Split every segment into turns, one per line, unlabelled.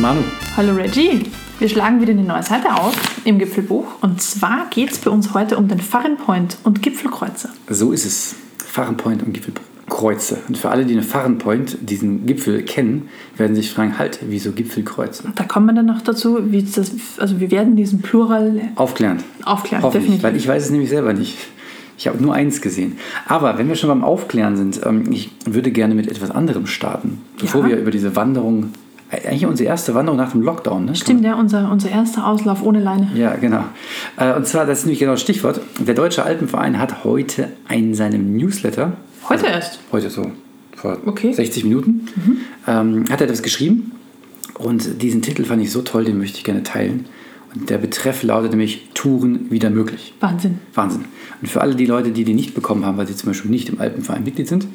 Manu.
Hallo Reggie. Wir schlagen wieder eine neue Seite auf im Gipfelbuch. Und zwar geht es bei uns heute um den Farrenpoint und Gipfelkreuzer.
So ist es. Fahrenpoint und Gipfelkreuze. Und für alle, die eine Fahrenpoint, diesen Gipfel kennen, werden sich fragen, halt, wieso Gipfelkreuze?
Da kommen wir dann noch dazu, wie das, also wir werden diesen Plural
Aufklären.
aufklären,
Hoffentlich,
definitiv.
weil ich weiß es nämlich selber nicht. Ich habe nur eins gesehen. Aber wenn wir schon beim Aufklären sind, ähm, ich würde gerne mit etwas anderem starten, bevor
Ja.
wir über diese Wanderung, äh, eigentlich unsere erste Wanderung nach dem Lockdown, ne?
Stimmt, ja, unser, unser erster Auslauf ohne Leine.
Ja, genau. Äh, Und zwar, das ist nämlich genau das Stichwort. Der Deutsche Alpenverein hat heute in seinem Newsletter, Also
Heute erst.
heute so vor
Okay. Mhm.
60 Minuten, ähm, hat er das geschrieben. Und diesen Titel fand ich so toll, den möchte ich gerne teilen. Und der Betreff lautet nämlich Touren wieder möglich.
Wahnsinn.
Wahnsinn. Und für alle die Leute, die die nicht bekommen haben, weil sie zum Beispiel nicht im Alpenverein Mitglied sind,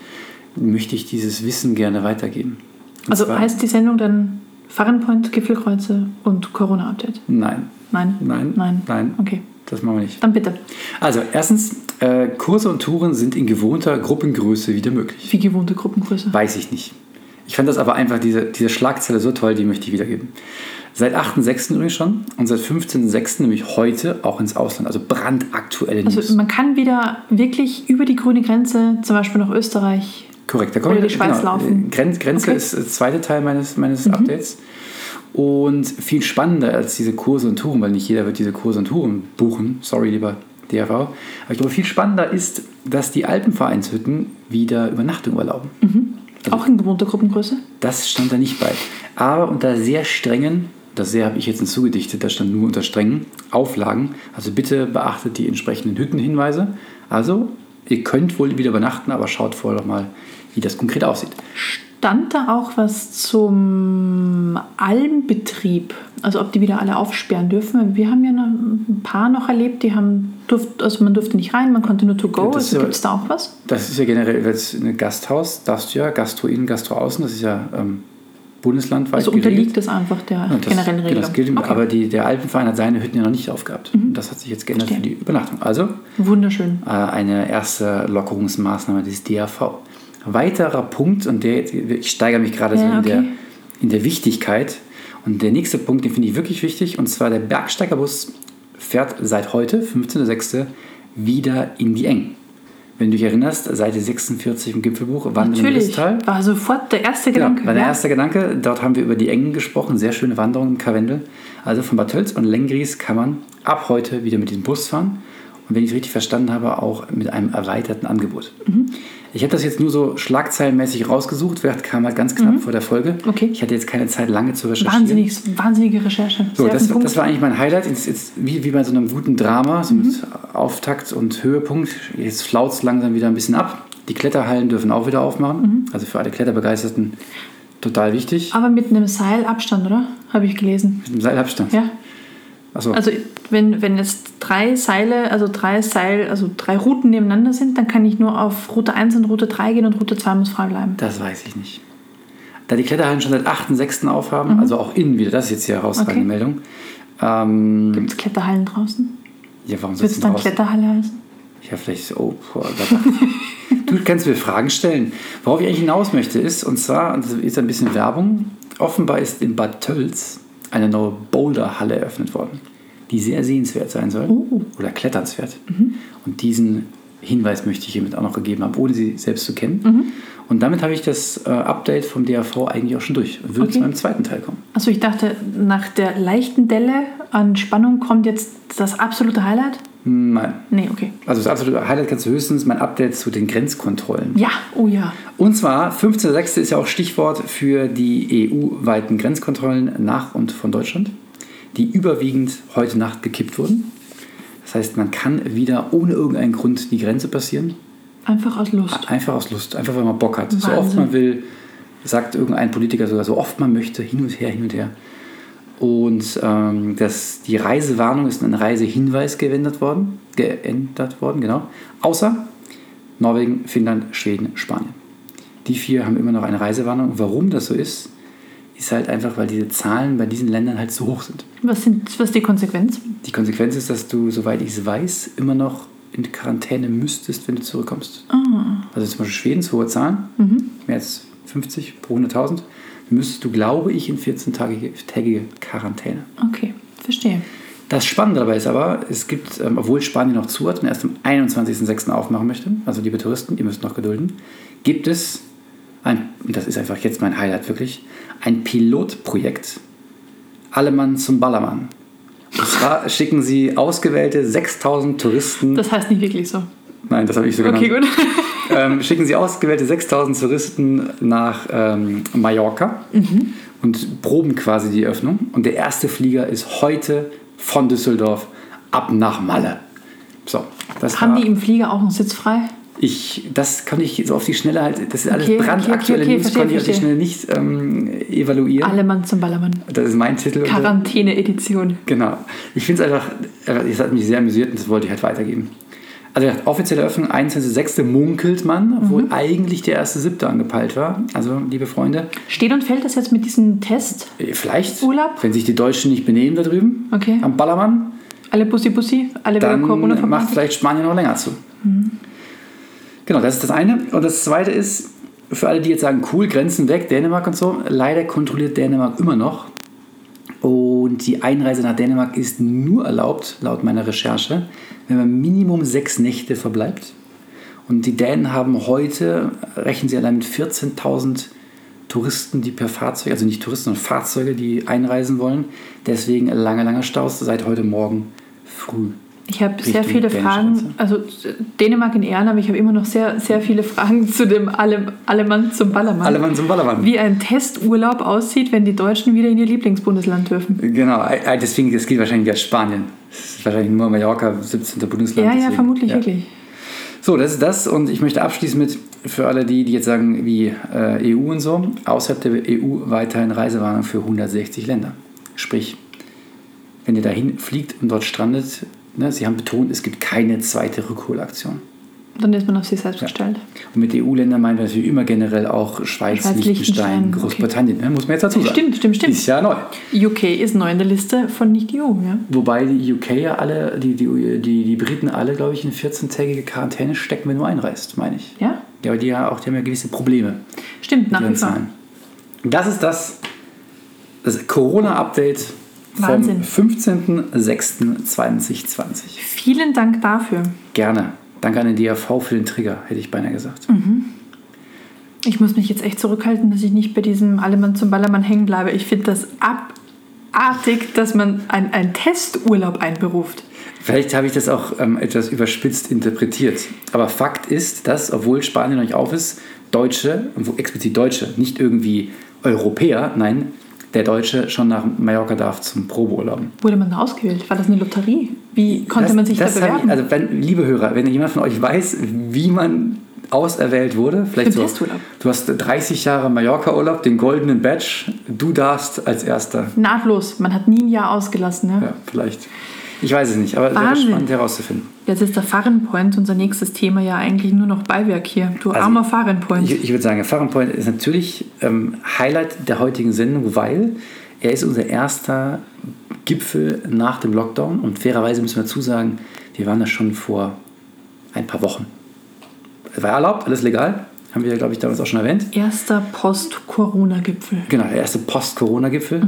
möchte ich dieses Wissen gerne weitergeben. Und
Also
zwar-
heißt die Sendung dann Farrenpoint, Gipfelkreuze und Corona-Update?
Nein,
Nein?
Nein.
Nein?
Nein.
Okay,
das machen wir nicht.
dann bitte.
Also erstens, äh, Kurse und Touren sind in gewohnter Gruppengröße wieder möglich.
Wie gewohnte Gruppengröße.
Weiß ich nicht. Ich fand das aber einfach, diese, diese Schlagzeile so toll, die möchte ich wiedergeben. Seit 8.6. übrigens schon und seit 15.6. nämlich heute auch ins Ausland. Also brandaktuelle News.
Also man kann wieder wirklich über die grüne Grenze, zum Beispiel nach Österreich.
Korrekt, da kommen
Oder
wir
die Schweiz laufen.
Grenz, Grenze
Okay. Mhm.
ist der zweite Teil meines, meines Updates. Und viel spannender als diese Kurse und Touren, weil nicht jeder wird diese Kurse und Touren buchen. Sorry, lieber DRV. Aber ich glaube, viel spannender ist, dass die Alpenvereinshütten wieder Übernachtung erlauben.
Mhm.
Also
Auch in gewohnter Gruppengröße.
Das stand da nicht bei. Aber unter sehr strengen, das sehr habe ich jetzt hinzugedichtet, das stand nur unter strengen Auflagen. Also bitte beachtet die entsprechenden Hüttenhinweise. Also, ihr könnt wohl wieder übernachten, aber schaut vorher doch mal, wie das konkret aussieht.
Stand da auch was zum Almbetrieb? Also ob die wieder alle aufsperren dürfen? Wir haben ja noch ein paar noch erlebt, die haben durft, also man durfte nicht rein, man konnte nur to go.
Ja, das ist
also
ja-
gibt es da auch was?
Das ist ja generell jetzt ein Gasthaus, darfst du ja, Gastro innen, Gastro außen, das ist ja ähm, bundeslandweit.
Also unterliegt das einfach der
Ja, das-
generellen
genau,
Regelung.
Das gilt,
okay. Mhm.
Aber die, der Alpenverein hat seine Hütten ja noch nicht aufgehabt. Und Das hat sich jetzt geändert für
Verstehe.
die Übernachtung. Also
Wunderschön.
äh, eine erste Lockerungsmaßnahme des DAV. Weiterer Punkt, und der, ich steigere mich gerade so
Ja,
in, der,
okay.
in der Wichtigkeit. Und der nächste Punkt, den finde ich wirklich wichtig, und zwar der Bergsteigerbus fährt seit heute, 15.06., wieder in die Eng. Wenn du dich erinnerst, Seite 46 im Gipfelbuch, Wandern im
Natürlich.
Ristal.
War sofort der erste
Genau,
Gedanke.
war der
ja.
erste Gedanke. Dort haben wir über die Engen gesprochen. Sehr schöne Wanderung im Karwendel. Also von Bad Tölz und Lengries kann man ab heute wieder mit dem Bus fahren. Und wenn ich es richtig verstanden habe, auch mit einem erweiterten Angebot.
Mhm.
Ich habe das jetzt nur so schlagzeilenmäßig rausgesucht. Vielleicht kam halt ganz knapp vor der Folge.
Mhm. Okay.
Ich hatte jetzt keine Zeit, lange zu recherchieren.
Wahnsinnig, wahnsinnige Recherche.
So,
Sehr auf
das,
den Punkt.
das war eigentlich mein Highlight. Jetzt, jetzt, wie, wie bei so einem guten Drama, so
Mhm.
mit Auftakt und Höhepunkt. Jetzt flaut es langsam wieder ein bisschen ab. Die Kletterhallen dürfen auch wieder aufmachen.
Mhm.
Also für alle Kletterbegeisterten total wichtig.
aber mit einem Seilabstand, oder? Habe ich gelesen.
Mit dem Seilabstand.
Ja.
Achso,
Also wenn, wenn jetzt drei Seile, also drei Seil, also drei Routen nebeneinander sind, dann kann ich nur auf Route 1 und Route 3 gehen und Route 2 muss frei bleiben.
das weiß ich nicht. Da die Kletterhallen schon seit 8.6. aufhaben, also auch innen wieder, das ist jetzt die herausragende
Mhm. Okay.
Meldung. Ähm,
Gibt es Kletterhallen draußen?
ja, warum
Wird
sitzen
es dann
draußen?
Kletterhalle heißen?
Ja, vielleicht so. Oh, boah, da dachte ich. du kannst mir Fragen stellen. Worauf ich eigentlich hinaus möchte, ist, und zwar, und das ist ein bisschen Werbung, offenbar ist in Bad Tölz eine neue Boulderhalle eröffnet worden, die sehr sehenswert sein soll oder kletternswert. Und diesen Hinweis möchte ich hiermit auch noch gegeben haben, ohne sie selbst zu kennen. Und damit habe ich das äh, Update vom DAV eigentlich auch schon durch und würde
Okay.
zu meinem zweiten Teil kommen.
Also ich dachte, nach der leichten Delle an Spannung kommt jetzt das absolute Highlight?
Nein.
Nee, okay.
Also das absolute Highlight kannst du höchstens mein Update zu den Grenzkontrollen.
Ja, oh ja.
Und zwar 15.06. ist ja auch Stichwort für die EU-weiten Grenzkontrollen nach und von Deutschland, die überwiegend heute Nacht gekippt wurden. Das heißt, man kann wieder ohne irgendeinen Grund die Grenze passieren.
Einfach aus Lust.
Einfach aus Lust, einfach weil man Bock hat. So oft
Wahnsinn.
man will, sagt irgendein Politiker sogar, so oft man möchte, hin und her, hin und her. Und ähm, das, die Reisewarnung ist in einen Reisehinweis geändert worden, geändert worden, genau. Außer Norwegen, Finnland, Schweden, Spanien. Die vier haben immer noch eine Reisewarnung. Und Warum das so ist, ist halt einfach, weil diese Zahlen bei diesen Ländern halt zu hoch sind.
Was, sind, was ist die Konsequenz?
Die Konsequenz ist, dass du, soweit ich es weiß, immer noch in Quarantäne müsstest, wenn du zurückkommst. Also zum Beispiel Schweden zu hohe Zahlen, mehr als 50 pro 100.000. müsstest du, glaube ich, in 14-tägige Quarantäne.
Okay, verstehe.
Das Spannende dabei ist aber, es gibt, ähm, obwohl Spanien noch zu hat und erst am 21.06. aufmachen möchte, also liebe Touristen, ihr müsst noch gedulden, gibt es ein, und das ist einfach jetzt mein Highlight wirklich, ein Pilotprojekt Allemann zum Ballermann. Und zwar schicken sie ausgewählte 6000 Touristen.
Das heißt nicht wirklich so.
Nein, das habe ich sogar
Okay, gut.
ähm, schicken sie ausgewählte 6000 Touristen nach ähm, Mallorca
Mhm.
und proben quasi die Öffnung. Und der erste Flieger ist heute von Düsseldorf ab nach Malle. So, das
Haben
war,
die im Flieger auch einen Sitz frei?
ich, das kann ich so auf die Schnelle halt, das ist alles
Okay, okay,
brandaktuelle
okay, okay,
News,
verstehe,
konnte ich auf die
verstehe.
Schnelle nicht ähm, evaluieren.
Allemann zum Ballermann.
Das ist mein Titel.
Quarantäne-Edition.
Genau. Ich finde es einfach, äh, es hat mich sehr amüsiert und das wollte ich halt weitergeben. Also ja, offizielle Öffnung 21.06. munkelt man, obwohl
Mhm.
eigentlich der 1.07. angepeilt war. Also, liebe Freunde,
Steht und fällt das jetzt mit diesem Test?
eh, vielleicht,
Urlaub?
wenn sich die Deutschen nicht benehmen da drüben
Okay.
am Ballermann,
Alle Bussi Bussi? Alle wieder Corona
dann macht
verpasst?
vielleicht Spanien noch länger zu.
Mhm.
Genau, das ist das eine. Und das zweite ist, für alle, die jetzt sagen, cool, Grenzen weg, Dänemark und so, leider kontrolliert Dänemark immer noch. Und die Einreise nach Dänemark ist nur erlaubt, laut meiner Recherche, wenn man Minimum sechs Nächte verbleibt. Und die Dänen haben heute, rechnen sie allein mit 14.000 Touristen, die per Fahrzeug, also nicht Touristen, sondern Fahrzeuge, die einreisen wollen. Deswegen lange, lange Staus seit heute Morgen früh.
Ich habe sehr
Richtung
viele
dänische Grenze.
Fragen, also Dänemark in Ehren, aber ich habe immer noch sehr, sehr viele Fragen zu dem Alle, Allemann zum Ballermann.
Alle Mann zum Ballermann.
Wie ein Testurlaub aussieht, wenn die Deutschen wieder in ihr Lieblingsbundesland dürfen.
Genau, äh, deswegen, das geht wahrscheinlich wieder Spanien. Das ist wahrscheinlich nur Mallorca, 17. Bundesland.
Ja, ja,
deswegen.
vermutlich wirklich.
So, das ist das. Und ich möchte abschließen mit, für alle die, die jetzt sagen, wie äh, EU und so, außerhalb der EU weiterhin Reisewarnung für 160 Länder. Sprich, wenn ihr dahin fliegt und dort strandet, ne, sie haben betont, es gibt keine zweite Rückholaktion.
Dann ist man auf sich selbst gestellt.
Und mit E EU-Ländern meinen wir natürlich immer generell auch Schweiz,
Schweiz,
Liechtenstein,
Liechtenstein, okay.
Großbritannien. Ne, muss man jetzt dazu sagen.
Stimmt, stimmt, stimmt.
Ist ja neu.
UK ist neu in der Liste von Nicht-EU. Ja?
Wobei die UK ja alle, die, die, die, die Briten alle, glaube ich, in 14-tägige Quarantäne stecken, wenn du einreist, meine ich.
ja?
Ja, aber die ja auch, die haben ja gewisse Probleme
Stimmt, nach
mit
wie
ihren
vor.
Zahlen. Das ist das, das Corona-Update vom
Wahnsinn.
15.06.2020.
Vielen Dank dafür.
Gerne. Danke an den DAV für den Trigger, hätte ich beinahe gesagt.
Ich muss mich jetzt echt zurückhalten, dass ich nicht bei diesem Allemann zum Ballermann hängen bleibe. Ich finde das abartig, dass man ein- einen Testurlaub einberuft.
Vielleicht habe ich das auch ähm, etwas überspitzt interpretiert. Aber Fakt ist, dass, obwohl Spanien noch nicht auf ist, Deutsche, wo- explizit Deutsche, nicht irgendwie Europäer, nein, der Deutsche schon nach Mallorca darf zum Probeurlauben.
Wurde man da ausgewählt? War das eine Lotterie? Wie konnte
das,
man sich
das
da
habe
bewerben?
Ich, also, wenn, liebe Hörer, wenn jemand von euch weiß, wie man auserwählt wurde, vielleicht
Für
so,
den Testurlaub.
du hast 30 Jahre Mallorca-Urlaub, den goldenen Badge, du darfst als Erster.
Nahtlos. Man hat nie ein Jahr ausgelassen. ne? Ja?
Ja, vielleicht. Ich weiß es nicht, aber wäre
Wahnsinn.
spannend herauszufinden.
Jetzt ist der Fahrenpoint unser nächstes Thema ja eigentlich nur noch Beiwerk hier. Du armer Fahrenpoint.
Also Ich, ich würde sagen, Fahrenpoint ist natürlich ähm, Highlight der heutigen Sendung, weil er ist unser erster Gipfel nach dem Lockdown und fairerweise müssen wir dazu sagen, wir waren da schon vor ein paar Wochen. Es war erlaubt, alles legal, haben wir, glaube ich, damals auch schon erwähnt.
Erster Post-Corona-Gipfel.
Genau, der erste Post-Corona-Gipfel.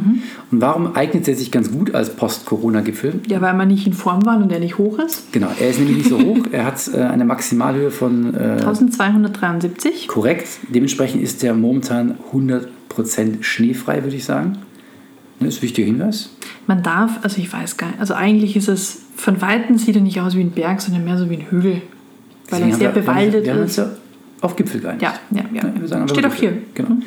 Und warum eignet er sich ganz gut als Post-Corona-Gipfel?
Ja, weil man nicht in Form war und er nicht hoch ist.
Genau, er ist nämlich nicht so hoch, er hat äh, eine Maximalhöhe von äh,
1273.
Korrekt. Dementsprechend ist der momentan 100% schneefrei, würde ich sagen. Ne, ist ein wichtiger Hinweis.
Man darf, also ich weiß gar nicht, also eigentlich ist es, von Weitem sieht er nicht aus wie ein Berg, sondern mehr so wie ein Hügel. Weil
Deswegen
er sehr
haben wir-
bewaldet
wir haben uns
ist.
ja auf Gipfel geeinigt. Ne,
Ja, ja, ja.
wir sagen einfach
Steht
mal
auch
Gipfel.
hier.
Genau.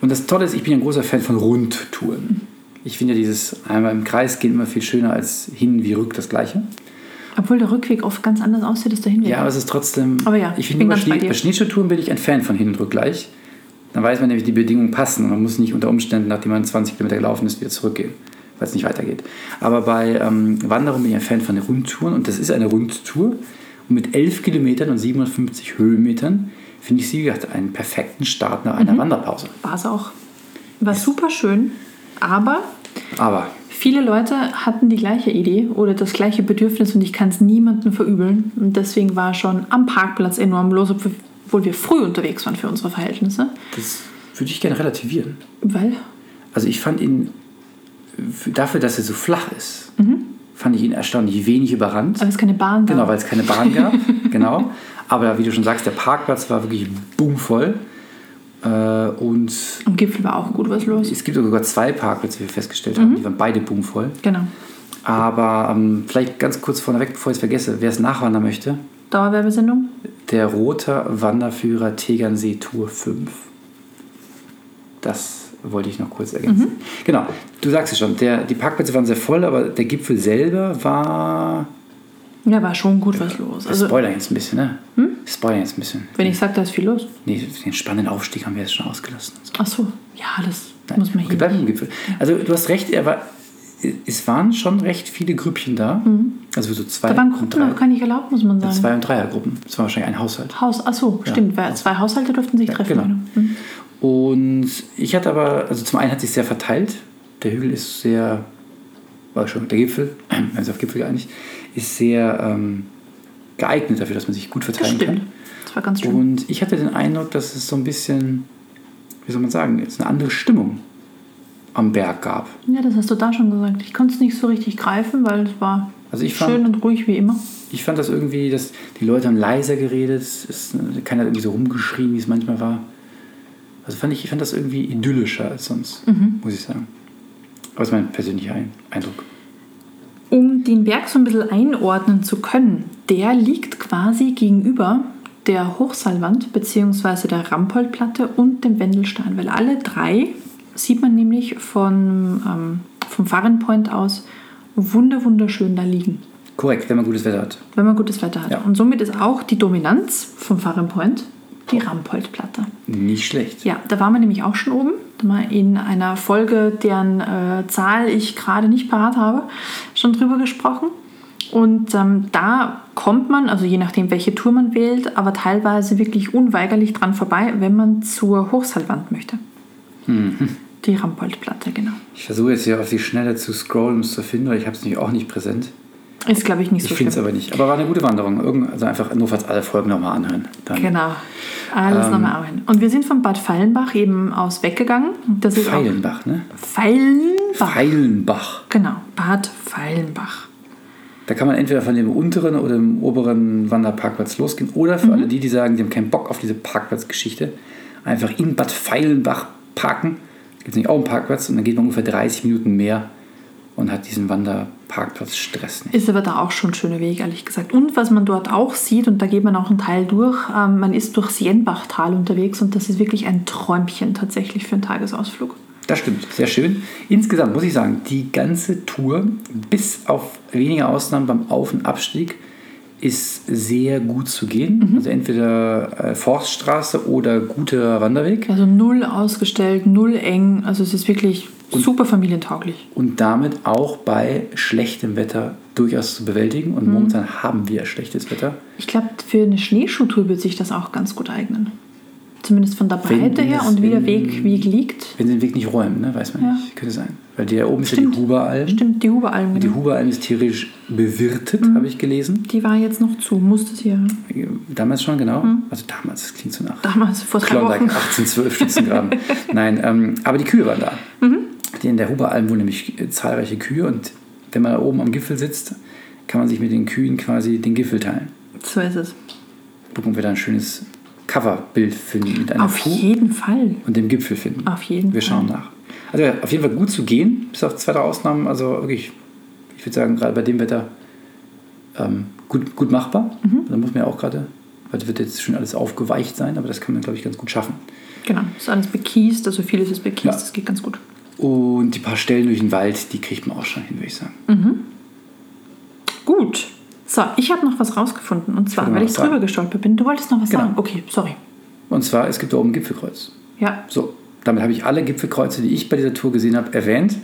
Und das Tolle ist, ich bin ja ein großer Fan von Rundtouren. Ich finde ja dieses einmal im Kreis gehen immer viel schöner als hin wie rück das Gleiche.
Obwohl der Rückweg oft ganz anders aussieht als der Hinweg.
Ja, aber es ist trotzdem.
Aber Oh ja,
ich
ich
finde,
bin
bei,
ganz bei
Schnee,
dir.
bei Schneeschuhtouren bin ich ein Fan von Hin- und Rückgleich. Dann weiß man nämlich, die Bedingungen passen und man muss nicht unter Umständen, nachdem man 20 Kilometer gelaufen ist, wieder zurückgehen, weil es nicht weitergeht. Aber bei ähm, Wanderung bin ich ein Fan von den Rundtouren und das ist eine Rundtour. Und mit 11 Kilometern und 750 Höhenmetern finde ich sie, wie gesagt, einen perfekten Start nach einer
Mhm.
Wanderpause.
War es auch. War super schön, aber
Aber
viele Leute hatten die gleiche Idee oder das gleiche Bedürfnis und ich kann es niemandem verübeln. Und deswegen war schon am Parkplatz enorm los, obwohl wir früh unterwegs waren für unsere Verhältnisse.
das würde ich gerne relativieren.
Weil?
Also ich fand ihn, f- dafür, dass er so flach ist,
Mhm.
fand ich ihn erstaunlich wenig überrannt.
Weil es keine Bahn gab.
Genau, weil es keine Bahn gab. genau. Aber wie du schon sagst, der Parkplatz war wirklich boomvoll. Äh, und
Am Gipfel war auch gut was los.
es gibt sogar zwei Parkplätze, wie wir festgestellt haben. Die waren beide boomvoll.
Genau.
Aber ähm, vielleicht ganz kurz vorneweg, bevor ich es vergesse, wer es nachwandern möchte,
Dauerwerbesendung?
der rote Wanderführer Tegernsee Tour 5. Das wollte ich noch kurz ergänzen. Genau, du sagst es schon, der, die Parkplätze waren sehr voll, aber der Gipfel selber war.
Ja, war schon gut was los.
Also,
Also,
Spoiler jetzt ein bisschen, ne? Spoiler jetzt ein bisschen.
wenn ich sage, da ist viel los.
Nee, den spannenden Aufstieg haben wir jetzt schon ausgelassen. und so.
Ach so, ja, das
Nein,
muss man
okay,
hier.
bleiben wir im Gipfel. Also du hast recht, er war, es waren schon recht viele Grüppchen da. Also so zwei
Mhm. Da waren
und
Gruppen
drei, Also,
noch gar nicht erlaubt, muss man sagen.
zwei und Dreiergruppen. Das war wahrscheinlich ein Haushalt.
Haus, ach so, stimmt. weil Zwei Haushalte durften sich treffen.
Genau.
Mhm.
Und ich hatte aber, also zum einen hat sich sehr verteilt. Der Hügel ist sehr, war schon der Gipfel, also auf Gipfel geeinigt, ist sehr ähm, geeignet dafür, dass man sich gut
Das
verteilen
stimmt.
kann.
Das war ganz schön.
Und ich hatte den Eindruck, dass es so ein bisschen, wie soll man sagen, jetzt eine andere Stimmung am Berg gab.
Ja, das hast du da schon gesagt. Ich konnte es nicht so richtig greifen, weil es war
Also ich fand-
schön und ruhig wie immer.
Ich fand das irgendwie, dass die Leute haben leiser geredet, es ist, keiner hat irgendwie so rumgeschrien, wie es manchmal war. Also fand ich, ich fand das irgendwie idyllischer als sonst,
Mhm.
muss ich sagen. Aber das ist mein persönlicher Ein- Eindruck.
Um den Berg so ein bisschen einordnen zu können, der liegt quasi gegenüber der Hochsaalwand bzw. der Rampoldplatte und dem Wendelstein, weil alle drei sieht man nämlich von, ähm, vom Fahrenpoint aus wunder wunderschön da liegen,
Korrekt, wenn man gutes Wetter hat.
wenn man gutes Wetter hat.
Ja.
Und somit ist auch die Dominanz vom Fahrenpoint die Rampoldplatte.
Nicht schlecht.
Ja, da waren wir nämlich auch schon oben. Da mal in einer Folge, deren äh, Zahl ich gerade nicht parat habe, schon drüber gesprochen. Und ähm, da kommt man, also je nachdem, welche Tour man wählt, aber teilweise wirklich unweigerlich dran vorbei, wenn man zur Hochseilwand möchte. Die Rampoldplatte, genau.
Ich versuche jetzt hier auf die Schnelle zu scrollen, um es zu finden, weil ich habe es nicht, auch nicht präsent.
Ist, glaube ich, nicht so
Ich finde es
schlimm.
aber nicht. Aber war eine gute Wanderung. Irgend, also einfach nur, falls alle Folgen nochmal anhören. Dann
Genau. Alles nochmal anhören. Und wir sind von Bad Feilenbach eben aus weggegangen. Das ist
Feilenbach, ne?
auch Feilenbach.
Feilenbach.
genau, Bad Feilenbach.
Da kann man entweder von dem unteren oder dem oberen Wanderparkplatz losgehen. Oder für alle die, die sagen, die haben keinen Bock auf diese Parkplatzgeschichte, einfach in Bad Feilenbach parken. Da gibt es nicht auch einen Parkplatz und dann geht man ungefähr 30 Minuten mehr und hat diesen Wanderparkplatzstress nicht.
Ist aber da auch schon ein schöner Weg, ehrlich gesagt. Und was man dort auch sieht, und da geht man auch einen Teil durch, ähm, man ist durch Sienbachtal unterwegs und das ist wirklich ein Träumchen tatsächlich für einen Tagesausflug.
Das stimmt, sehr schön. Insgesamt muss ich sagen, die ganze Tour, bis auf wenige Ausnahmen beim Auf- und Abstieg, ist sehr gut zu gehen. Also entweder äh, Forststraße oder guter Wanderweg.
Also null ausgestellt, null eng, also es ist wirklich super familientauglich.
und damit auch bei schlechtem Wetter durchaus zu bewältigen.
Mhm.
Und momentan haben wir schlechtes Wetter.
Ich glaube, für eine Schneeschuhtour wird sich das auch ganz gut eignen. Zumindest von der
Wenn
Breite her
es-
und wie der
wenn-
Weg, wie liegt.
Wenn sie den Weg nicht räumen, ne? weiß man
Ja.
nicht. Könnte sein. Weil die da oben ist ja
Stimmt.
die Huberalm.
Stimmt, Mhm. die Huberalm,
Die
genau.
Huberalm ist theoretisch bewirtet, habe ich gelesen.
Die war jetzt noch zu, musste sie ja
Damals schon, genau. Also damals, das klingt so nach
damals vor Mhm. drei
Klondike
Wochen.
1812 Schützengraben. Nein, ähm, aber die Kühe waren da.
Mhm.
Die In der Huberalm wohnen nämlich äh, zahlreiche Kühe. Und wenn man da oben am Gipfel sitzt, kann man sich mit den Kühen quasi den Gipfel teilen.
So ist es.
gucken, ob wir da ein schönes Coverbild finden mit einer
Auf
Kuh
jeden Fall.
und dem Gipfel finden.
Auf jeden
wir schauen nach. Also ja, auf jeden Fall gut zu gehen, bis auf zwei, drei Ausnahmen. Also wirklich, ich würde sagen, gerade bei dem Wetter ähm, gut, gut machbar.
Mhm.
Da muss man ja auch gerade, weil das wird jetzt schon alles aufgeweicht sein, aber das kann man, glaube ich, ganz gut schaffen.
Genau, ist alles bekiest, also vieles ist bekiest,
Ja.
das geht ganz gut.
Und die paar Stellen durch den Wald, die kriegt man auch schon hin, würde ich
Mhm.
sagen.
Gut. So, ich habe noch was rausgefunden und zwar,
wollte
weil
noch
ich
was sagen.
drüber gestolpert bin. Du wolltest noch was
Genau.
sagen? Okay, sorry.
Und zwar, es gibt da oben ein Gipfelkreuz.
Ja,
So, damit habe ich alle Gipfelkreuze, die ich bei dieser Tour gesehen habe, erwähnt.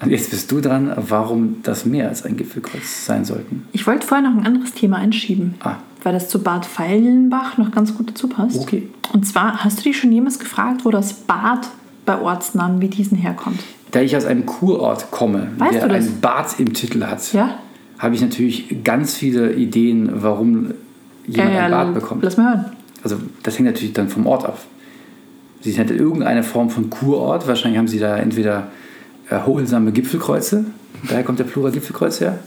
Und jetzt bist du dran, warum das mehr als ein Gipfelkreuz sein sollten.
ich wollte vorher noch ein anderes Thema einschieben,
Ah.
weil das zu Bad Feilenbach noch ganz gut dazu passt.
Okay.
Und zwar, hast du dich schon jemals gefragt, wo das Bad bei Ortsnamen wie diesen herkommt?
Da ich aus einem Kurort komme,
Weißt
der
du das?
einen Bad im Titel hat,
Ja?
habe ich natürlich ganz viele Ideen, warum jemand ein Bad bekommt.
Lass mal hören.
Also das hängt natürlich dann vom Ort ab. Sie hatte irgendeine Form von Kurort. Wahrscheinlich haben sie da entweder erholsame Gipfelkreuze, daher kommt der Plural Gipfelkreuz her,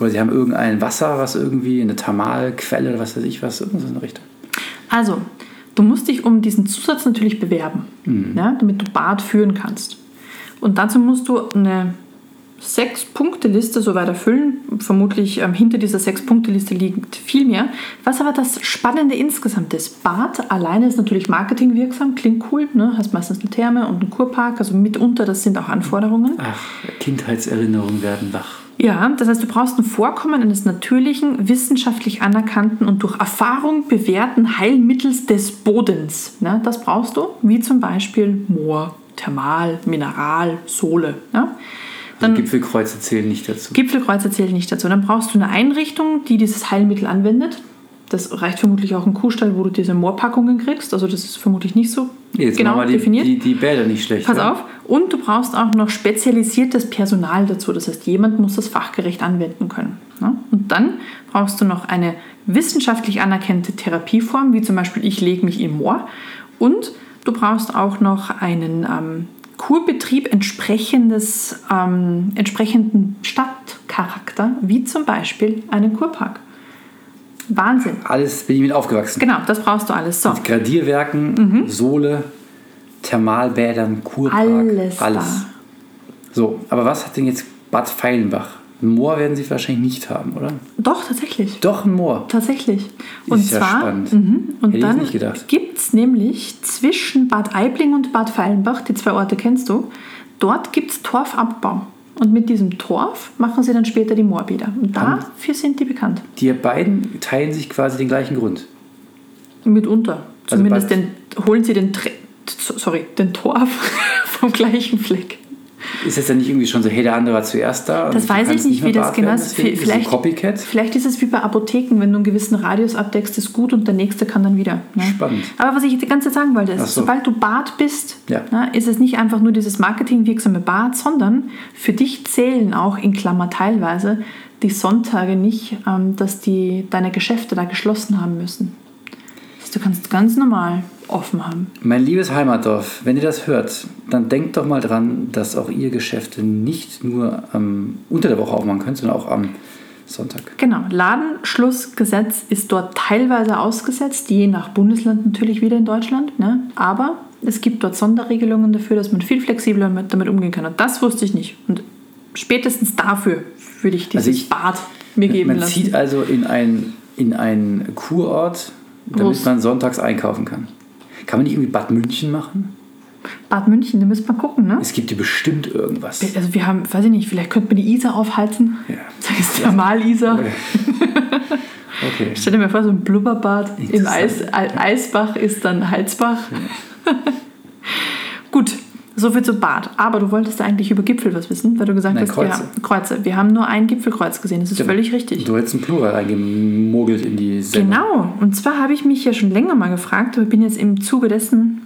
oder sie haben irgendein Wasser, was irgendwie eine Thermalquelle oder was weiß ich was, irgendwas in der Richtung.
Also, du musst dich um diesen Zusatz natürlich bewerben, ja, damit du Bad führen kannst. Und dazu musst du eine Sechs-Punkte-Liste soweit erfüllen. Vermutlich ähm, hinter dieser Sechs-Punkte-Liste liegt viel mehr. Was aber das Spannende insgesamt ist, Bad alleine ist natürlich marketingwirksam, klingt cool, ne? hast meistens eine Therme und einen Kurpark, also mitunter, das sind auch Anforderungen.
Ach, Kindheitserinnerungen werden wach.
Ja, das heißt, du brauchst ein Vorkommen eines natürlichen, wissenschaftlich anerkannten und durch Erfahrung bewährten Heilmittels des Bodens. Ne? Das brauchst du, wie zum Beispiel Moor, Thermal, Mineral, Sohle. Ne?
Also Gipfelkreuze zählen nicht dazu.
Gipfelkreuze zählen nicht dazu. Dann brauchst du eine Einrichtung, die dieses Heilmittel anwendet. Das reicht vermutlich auch ein Kuhstall, wo du diese Moorpackungen kriegst. Also das ist vermutlich nicht so
Jetzt
genau
machen wir die,
definiert.
die, die Bäder nicht schlecht. ne?
Pass
ja?
auf. Und du brauchst auch noch spezialisiertes Personal dazu. Das heißt, jemand muss das fachgerecht anwenden können. Ne? Und dann brauchst du noch eine wissenschaftlich anerkannte Therapieform, wie zum Beispiel ich lege mich im Moor. Und du brauchst auch noch einen ähm, Kurbetrieb entsprechendes, ähm, entsprechenden Stadtcharakter, wie zum Beispiel einen Kurpark. Wahnsinn.
Alles bin ich mit aufgewachsen.
Genau, das brauchst du alles. So.
Gradierwerken,
Mhm.
Sohle, Thermalbädern, Kurpark.
Alles
Alles. So, aber was hat denn jetzt Bad Feilenbach? Ein Moor werden sie wahrscheinlich nicht haben, oder?
Doch, tatsächlich.
Doch, ein Moor.
Tatsächlich. Und
ja
zwar,
spannend.
Mhm, und
Hätte ich
dann
nicht gedacht.
gibt es nämlich zwischen Bad Aibling und Bad Feilenbach, die zwei Orte kennst du, dort gibt es Torfabbau. Und mit diesem Torf machen sie dann später die Moorbäder. Und dafür sind die bekannt.
Die beiden teilen sich quasi den gleichen Grund.
Mitunter.
Also
Zumindest
Bad-
den, holen sie den, Tre so- sorry, den Torf vom gleichen Fleck.
Ist jetzt ja nicht irgendwie schon so, hey, der andere war zuerst da. und
Das
du
weiß ich
kannst
nicht,
mehr
wie das
Bad
genau
werden,
ist.
deswegen
Vi-
es ein
Vielleicht,
Copycat.
vielleicht ist es wie bei Apotheken, wenn du einen gewissen Radius abdeckst, ist gut und der nächste kann dann wieder. Ne?
Spannend.
Aber was ich die ganze Zeit sagen wollte, ist,
Ach so.
sobald du Bad bist,
Ja.
ne, ist es nicht einfach nur dieses marketingwirksame Bad, sondern für dich zählen auch in Klammer teilweise die Sonntage nicht, ähm, dass die deine Geschäfte da geschlossen haben müssen. Also du kannst ganz normal offen haben.
Mein liebes Heimatdorf, wenn ihr das hört, dann denkt doch mal dran, dass auch ihr Geschäfte nicht nur am, unter der Woche aufmachen könnt, sondern auch am Sonntag.
Genau, Ladenschlussgesetz ist dort teilweise ausgesetzt, je nach Bundesland natürlich wieder in Deutschland. Ne? Aber es gibt dort Sonderregelungen dafür, dass man viel flexibler mit, damit umgehen kann. Und das wusste ich nicht. Und spätestens dafür würde ich dieses
Also ich-
Bad mir geben
man
lassen.
zieht also in einen in einen Kurort, damit
Wo's-
man sonntags einkaufen kann. Kann man nicht irgendwie Bad München machen?
Bad München, da müsste man gucken. Ne?
Es gibt ja bestimmt irgendwas.
Also wir haben, weiß ich nicht, vielleicht könnte man die Isar aufheizen.
Ja.
Das ist der Mal-Isar.
Okay.
Stell dir mal vor, so ein Blubberbad im Eis,
Interessant.
Al- Eisbach ist dann Halsbach. Gut, soviel zu Bad. Aber du wolltest ja eigentlich über Gipfel was wissen, weil du gesagt
Nein,
hast,
Kreuze. Genau.
Wir, haben, Kreuze. wir haben nur ein Gipfelkreuz gesehen. Das ist völlig richtig.
Du hättest einen Plural eingemogelt in die Sendung.
Genau, und zwar habe ich mich ja schon länger mal gefragt, aber bin jetzt im Zuge dessen,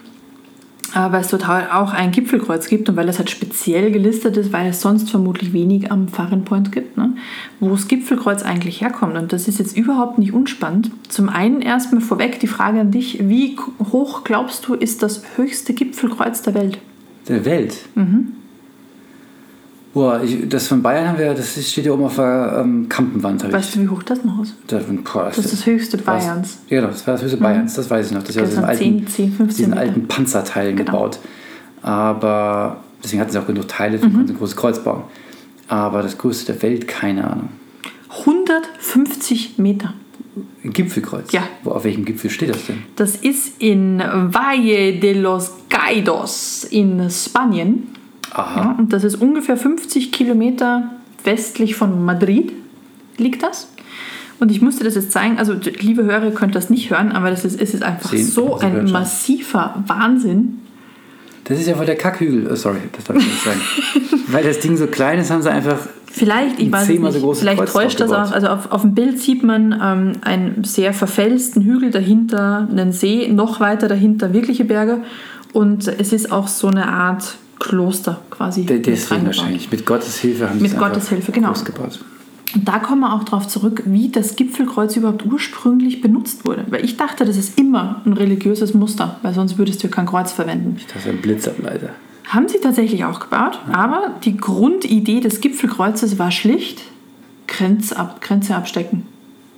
äh, weil es dort halt auch ein Gipfelkreuz gibt und weil es halt speziell gelistet ist, weil es sonst vermutlich wenig am Farren Point gibt, ne? wo das Gipfelkreuz eigentlich herkommt. Und das ist jetzt überhaupt nicht unspannend. Zum einen erstmal vorweg die Frage an dich, wie k- hoch glaubst du, ist das höchste Gipfelkreuz der Welt?
Der Welt.
Mhm.
Boah, ich, das von Bayern haben wir, das steht ja oben auf der ähm, Kampenwand. Hab ich.
Weißt du, wie hoch das noch ist?
Da- boah,
Das ist das höchste Bayerns. Mhm.
Ja, genau, das war das höchste Bayerns, das weiß ich noch. Das ist
Das
ja
waren
aus diesen
10, 10, 15
diesen
Meter.
alten Panzerteilen
Genau.
gebaut. Aber deswegen hatten sie auch genug Teile, für mhm. ein großes Kreuz bauen. Aber das größte der Welt, keine Ahnung.
150 Meter.
Ein Gipfelkreuz.
Ja.
Wo, auf welchem Gipfel steht das denn?
Das ist in Valle de los Caídos in Spanien. Ja,
Aha.
und das ist ungefähr 50 Kilometer westlich von Madrid, liegt das. Und ich musste das jetzt zeigen, also d- liebe Hörer, ihr könnt das nicht hören, aber das ist, es ist einfach
Sehen,
so
Sie hören
ein
schon.
massiver Wahnsinn.
Das ist ja wohl der Kackhügel. Oh, sorry, das darf ich nicht sagen. Weil das Ding so klein ist, haben sie einfach.
Vielleicht, ich
Ein
weiß es
zehnmal so
nicht,
großes
vielleicht
Kreuz
täuscht das
draufgebaut.
auch. Also auf, auf dem Bild sieht man ähm, einen sehr verfelsten Hügel dahinter, einen See, noch weiter dahinter wirkliche Berge. Und es ist auch so eine Art Kloster quasi.
de-
mit
Deswegen
reingebaut.
wahrscheinlich. Mit Gottes Hilfe haben sie
Mit
es einfach
Gottes Hilfe, genau.
Groß gebaut.
Und da kommen wir auch darauf zurück, wie das Gipfelkreuz überhaupt ursprünglich benutzt wurde. Weil ich dachte, das ist immer ein religiöses Muster, weil sonst würdest du kein Kreuz verwenden.
Ich dachte, ein Blitzableiter.
Haben sie tatsächlich auch gebaut, aber die Grundidee des Gipfelkreuzes war schlicht Grenzab Grenze abstecken.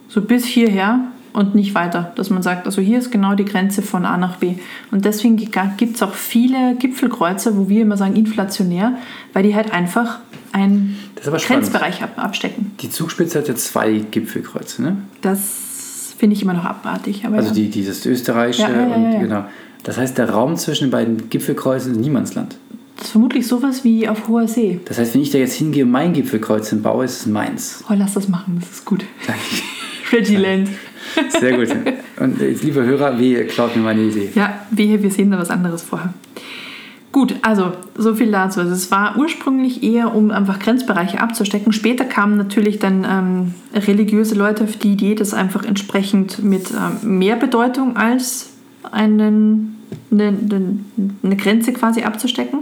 So bis hierher und nicht weiter. Dass man sagt, also hier ist genau die Grenze von A nach B. Und deswegen gibt es auch viele Gipfelkreuze, wo wir immer sagen inflationär, weil die halt einfach einen
Das ist aber spannend.
Grenzbereich ab abstecken.
Die Zugspitze hat ja zwei Gipfelkreuze, ne?
Das finde ich immer noch abartig. Aber
Also
ja.
die, dieses österreichische
Ja, ja, ja,
und
ja.
genau. Das heißt, der Raum zwischen den beiden Gipfelkreuzen ist Niemandsland.
das ist vermutlich sowas wie auf hoher See.
Das heißt, wenn ich da jetzt hingehe und mein Gipfelkreuz dann baue, ist es meins.
Oh, lass das machen, das ist gut. Regiland.
Sehr gut. Und jetzt, lieber Hörer, wie ihr klaut mir meine Idee.
Ja, wehe, wir sehen da was anderes vorher. Gut, also so viel dazu. Also es war ursprünglich eher, um einfach Grenzbereiche abzustecken. Später kamen natürlich dann ähm, religiöse Leute auf die Idee, das einfach entsprechend mit ähm, mehr Bedeutung als einen, eine, eine, eine Grenze quasi abzustecken.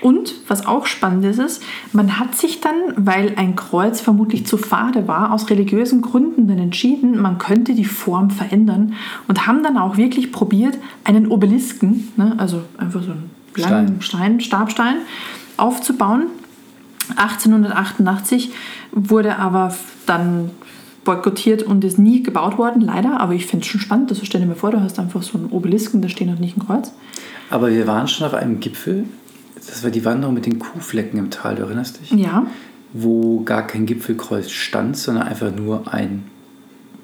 Und was auch spannend ist, ist, man hat sich dann, weil ein Kreuz vermutlich zu fade war, aus religiösen Gründen dann entschieden, man könnte die Form verändern und haben dann auch wirklich probiert, einen Obelisken, ne, also einfach so einen langen Stein, Stabstein, aufzubauen. 1888 wurde aber dann boykottiert und ist nie gebaut worden, leider. Aber ich finde es schon spannend. Also stell dir mal vor, du hast einfach so einen Obelisken, da steht noch nicht ein Kreuz.
Aber wir waren schon auf einem Gipfel. Das war die Wanderung mit den Kuhflecken im Tal, du erinnerst dich?
Ja,
Wo gar kein Gipfelkreuz stand, sondern einfach nur ein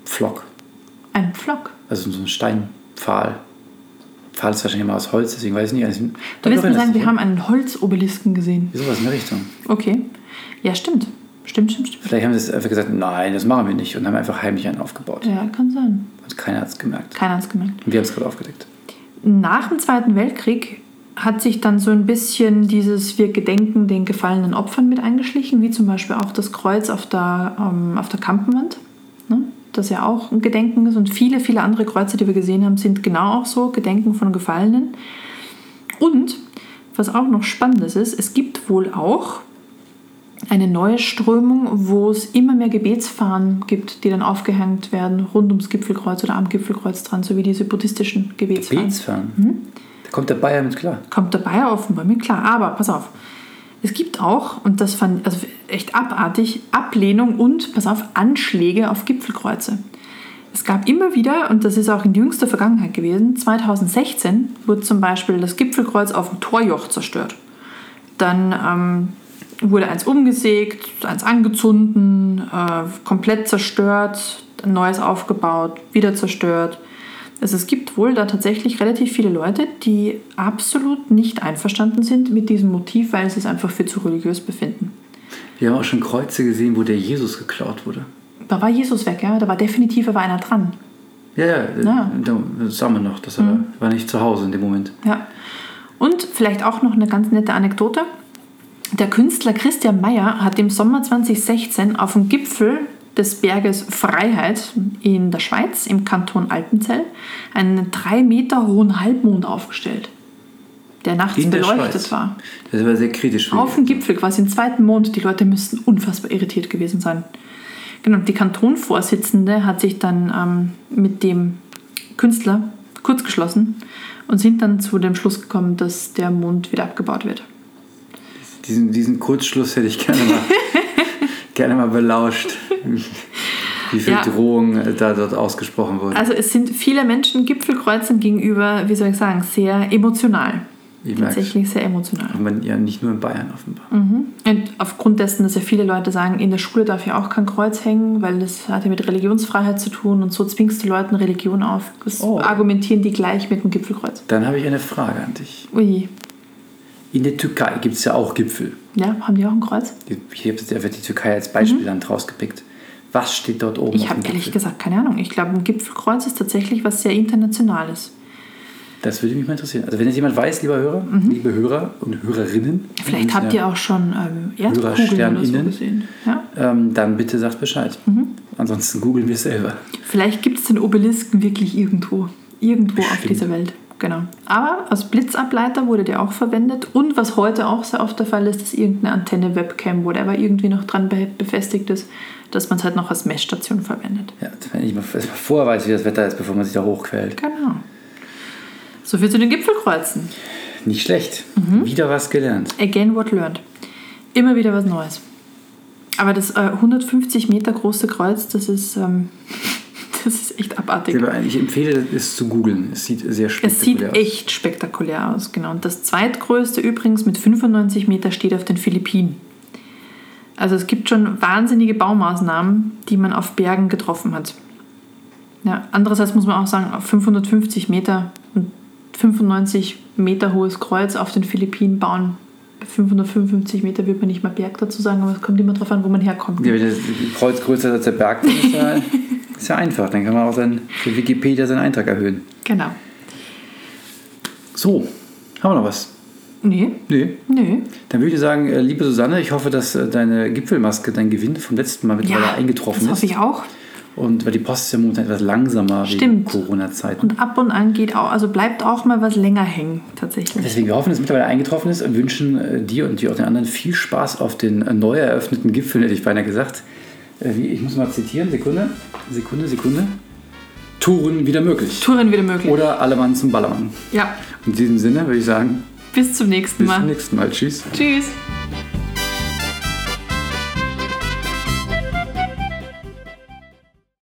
Pflock.
ein Pflock.
Also so ein Steinpfahl. Pfahl ist wahrscheinlich immer aus Holz, deswegen weiß ich nicht. Also,
Du wirst mir sagen, wir
haben
haben einen Holzobelisken gesehen.
Sowas in der Richtung.
Okay. Ja, stimmt. Stimmt, stimmt, stimmt.
Vielleicht haben sie es einfach gesagt, nein, das machen wir nicht. Und haben einfach heimlich einen aufgebaut.
Ja, kann sein.
Und keiner hat es gemerkt.
Keiner hat es gemerkt.
Und wir haben es gerade aufgedeckt.
Nach dem Zweiten Weltkrieg hat sich dann so ein bisschen dieses Wir gedenken den gefallenen Opfern mit eingeschlichen, wie zum Beispiel auch das Kreuz auf der, ähm, auf der Kampenwand, ne? das ja auch ein Gedenken ist. Und viele, viele andere Kreuze, die wir gesehen haben, sind genau auch so Gedenken von Gefallenen. Und was auch noch Spannendes ist, es gibt wohl auch eine neue Strömung, wo es immer mehr Gebetsfahnen gibt, die dann aufgehängt werden rund ums Gipfelkreuz oder am Gipfelkreuz dran, so wie diese buddhistischen Gebetsfahnen.
Beetsfern.
Hm?
Da kommt der Bayer mit klar.
Kommt dabei ja offenbar mir klar. Aber pass auf, es gibt auch, und das fand also echt abartig, Ablehnung und, pass auf, Anschläge auf Gipfelkreuze. Es gab immer wieder, und das ist auch in jüngster Vergangenheit gewesen, 2016 wurde zum Beispiel das Gipfelkreuz auf dem Torjoch zerstört. Dann ähm, wurde eins umgesägt, eins angezündet, äh, komplett zerstört, ein neues aufgebaut, wieder zerstört. Also es gibt wohl da tatsächlich relativ viele Leute, die absolut nicht einverstanden sind mit diesem Motiv, weil sie es einfach für zu religiös befinden.
Wir haben auch schon Kreuze gesehen, wo der Jesus geklaut wurde.
Da war Jesus weg, ja? da war definitiv aber einer dran.
Ja, ja, äh,
Ja.
da das sagen wir noch. Das war,
Hm.
war nicht zu Hause in dem Moment.
Ja. Und vielleicht auch noch eine ganz nette Anekdote. Der Künstler Christian Mayer hat im Sommer 2016 auf dem Gipfel des Berges Freiheit in der Schweiz, im Kanton Alpenzell, einen drei Meter hohen Halbmond aufgestellt, der nachts
In der
beleuchtet
Schweiz.
war.
Das war sehr kritisch. für
Auf
die.
dem Gipfel, quasi im zweiten Mond. Die Leute müssten unfassbar irritiert gewesen sein. Genau, die Kantonvorsitzende hat sich dann ähm, mit dem Künstler kurz geschlossen und sind dann zu dem Schluss gekommen, dass der Mond wieder abgebaut wird.
diesen, diesen Kurzschluss hätte ich gerne mal, gerne mal belauscht. Wie viel
Ja.
Drohung äh, da dort ausgesprochen wurde.
Also es sind viele Menschen Gipfelkreuzen gegenüber, wie soll ich sagen, sehr emotional.
Ich merk's.
Tatsächlich sehr emotional.
Man, ja, nicht nur in Bayern offenbar.
Hm. Mhm. Und aufgrund dessen, dass ja viele Leute sagen, in der Schule darf ja auch kein Kreuz hängen, weil das hat ja mit Religionsfreiheit zu tun und so zwingst du Leuten Religion auf. Das
Oh.
argumentieren die gleich mit dem Gipfelkreuz.
Dann habe ich eine Frage an dich.
Ui,
In der Türkei gibt es ja auch Gipfel.
ja, haben die auch ein Kreuz?
Ich habe jetzt einfach die Türkei als Beispielland rausgepickt. Was steht dort oben
Mhm. Ich
auf
habe
dem
ehrlich
Gipfel?
gesagt keine Ahnung. Ich glaube, ein Gipfelkreuz ist tatsächlich was sehr Internationales.
Das würde mich mal interessieren. Also wenn jetzt jemand weiß, lieber Hörer, liebe Hörer und Hörerinnen,
Mhm.
äh,
Vielleicht habt ihr auch schon ähm, Erdkugeln oder so
SternInnen.
gesehen. Ja?
ähm, dann bitte sagt Bescheid.
Mhm.
Ansonsten googeln wir selber.
Vielleicht gibt es den Obelisken wirklich irgendwo. Irgendwo auf
Bestimmt.
dieser Welt. Genau. Aber als Blitzableiter wurde der auch verwendet. Und was heute auch sehr oft der Fall ist, ist irgendeine Antenne, Webcam, wo der aber irgendwie noch dran be- befestigt ist, dass man es halt noch als Messstation verwendet.
Ja, wenn ich mal erst mal vorher weiß, wie das Wetter ist, bevor man sich da hochquält.
Genau. So viel zu den Gipfelkreuzen.
Nicht schlecht.
Mhm.
Wieder was gelernt.
Again, what learned. Immer wieder was Neues. Aber das äh, 150 Meter große Kreuz, das ist, ähm, das ist echt abartig.
Ich empfehle es zu googeln. Es sieht sehr
Es sieht
spektakulär aus.
echt spektakulär aus, genau. Und das zweitgrößte übrigens mit 95 Meter steht auf den Philippinen. Also es gibt schon wahnsinnige Baumaßnahmen, die man auf Bergen getroffen hat. Ja, andererseits muss man auch sagen, auf 550 Meter ein 95 Meter hohes Kreuz auf den Philippinen bauen. 555 Meter wird man nicht mal Berg dazu sagen, aber es kommt immer darauf an, wo man herkommt.
Ja, wenn das Kreuz größer ist als der Berg, dann ist ja, ist ja einfach. Dann kann man auch dann für Wikipedia seinen Eintrag erhöhen.
Genau.
So, haben wir noch was?
Nee,
Nee.
nee.
Dann würde ich sagen, äh, liebe Susanne, ich hoffe, dass äh, deine Gipfelmaske, dein Gewinn vom letzten Mal mittlerweile eingetroffen
das hoffe
ist.
ich auch.
Und weil die Post ist ja momentan etwas langsamer wegen
Stimmt.
Corona-Zeiten.
Und ab und an geht auch, also bleibt auch mal was länger hängen, tatsächlich.
Deswegen, wir hoffen, dass es mittlerweile eingetroffen ist und wünschen äh, dir und dir auch den anderen viel Spaß auf den äh, neu eröffneten Gipfeln, hätte ich beinahe gesagt. Äh, wie- Ich muss mal zitieren, Sekunde, Sekunde, Sekunde. Touren wieder möglich.
Touren wieder möglich.
Oder alle Mann zum Ballermann.
Ja,
In diesem Sinne würde ich sagen,
bis zum nächsten
bis zum
Mal.
nächsten Mal. Tschüss.
Tschüss.